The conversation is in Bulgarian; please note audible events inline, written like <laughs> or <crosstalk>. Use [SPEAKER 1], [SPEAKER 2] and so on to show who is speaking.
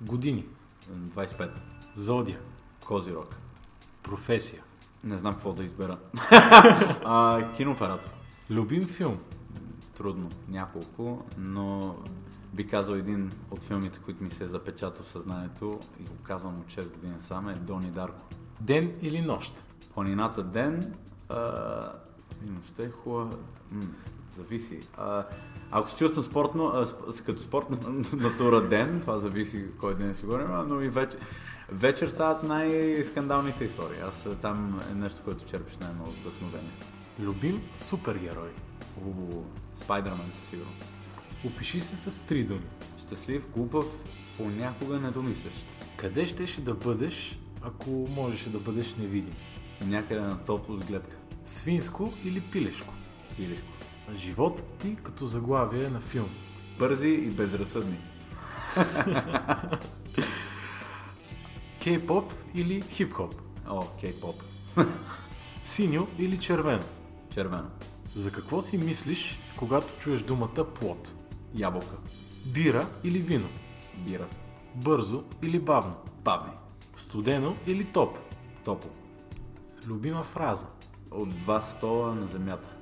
[SPEAKER 1] Години.
[SPEAKER 2] 25.
[SPEAKER 1] Зодия.
[SPEAKER 2] Козирог.
[SPEAKER 1] Професия.
[SPEAKER 2] Не знам какво да избера. а, кинооператор.
[SPEAKER 1] Любим филм.
[SPEAKER 2] Трудно. Няколко, но би казал един от филмите, които ми се е запечатал в съзнанието и го казвам от 6 години сам е Дони Дарко.
[SPEAKER 1] Ден или нощ.
[SPEAKER 2] Планината ден, а, и нощта е хубава. М, зависи. А, ако се чувствам спортно, а, сп- с- като спортна <laughs> натура ден, това зависи кой ден си говорим, а, но и вечер. Вечер стават най-скандалните истории. Аз а, там е нещо, което черпиш най-много вдъхновение.
[SPEAKER 1] Любим супергерой.
[SPEAKER 2] Уу, Спайдермен със сигурност.
[SPEAKER 1] Опиши се с три думи.
[SPEAKER 2] Щастлив, глупав, понякога недомислящ.
[SPEAKER 1] Къде щеше да бъдеш, ако можеше да бъдеш невидим?
[SPEAKER 2] Някъде на топло с гледка.
[SPEAKER 1] Свинско или пилешко?
[SPEAKER 2] Илишко.
[SPEAKER 1] Животът ти като заглавие на филм.
[SPEAKER 2] Бързи и безразсъдни.
[SPEAKER 1] Кей-поп или хип-хоп?
[SPEAKER 2] О, кей-поп.
[SPEAKER 1] Синьо или червено?
[SPEAKER 2] Червено.
[SPEAKER 1] За какво си мислиш, когато чуеш думата плод?
[SPEAKER 2] Ябълка.
[SPEAKER 1] Бира или вино?
[SPEAKER 2] Бира.
[SPEAKER 1] Бързо или бавно?
[SPEAKER 2] Павни.
[SPEAKER 1] Студено или топ?
[SPEAKER 2] Топо.
[SPEAKER 1] Любима фраза?
[SPEAKER 2] От два стола на земята.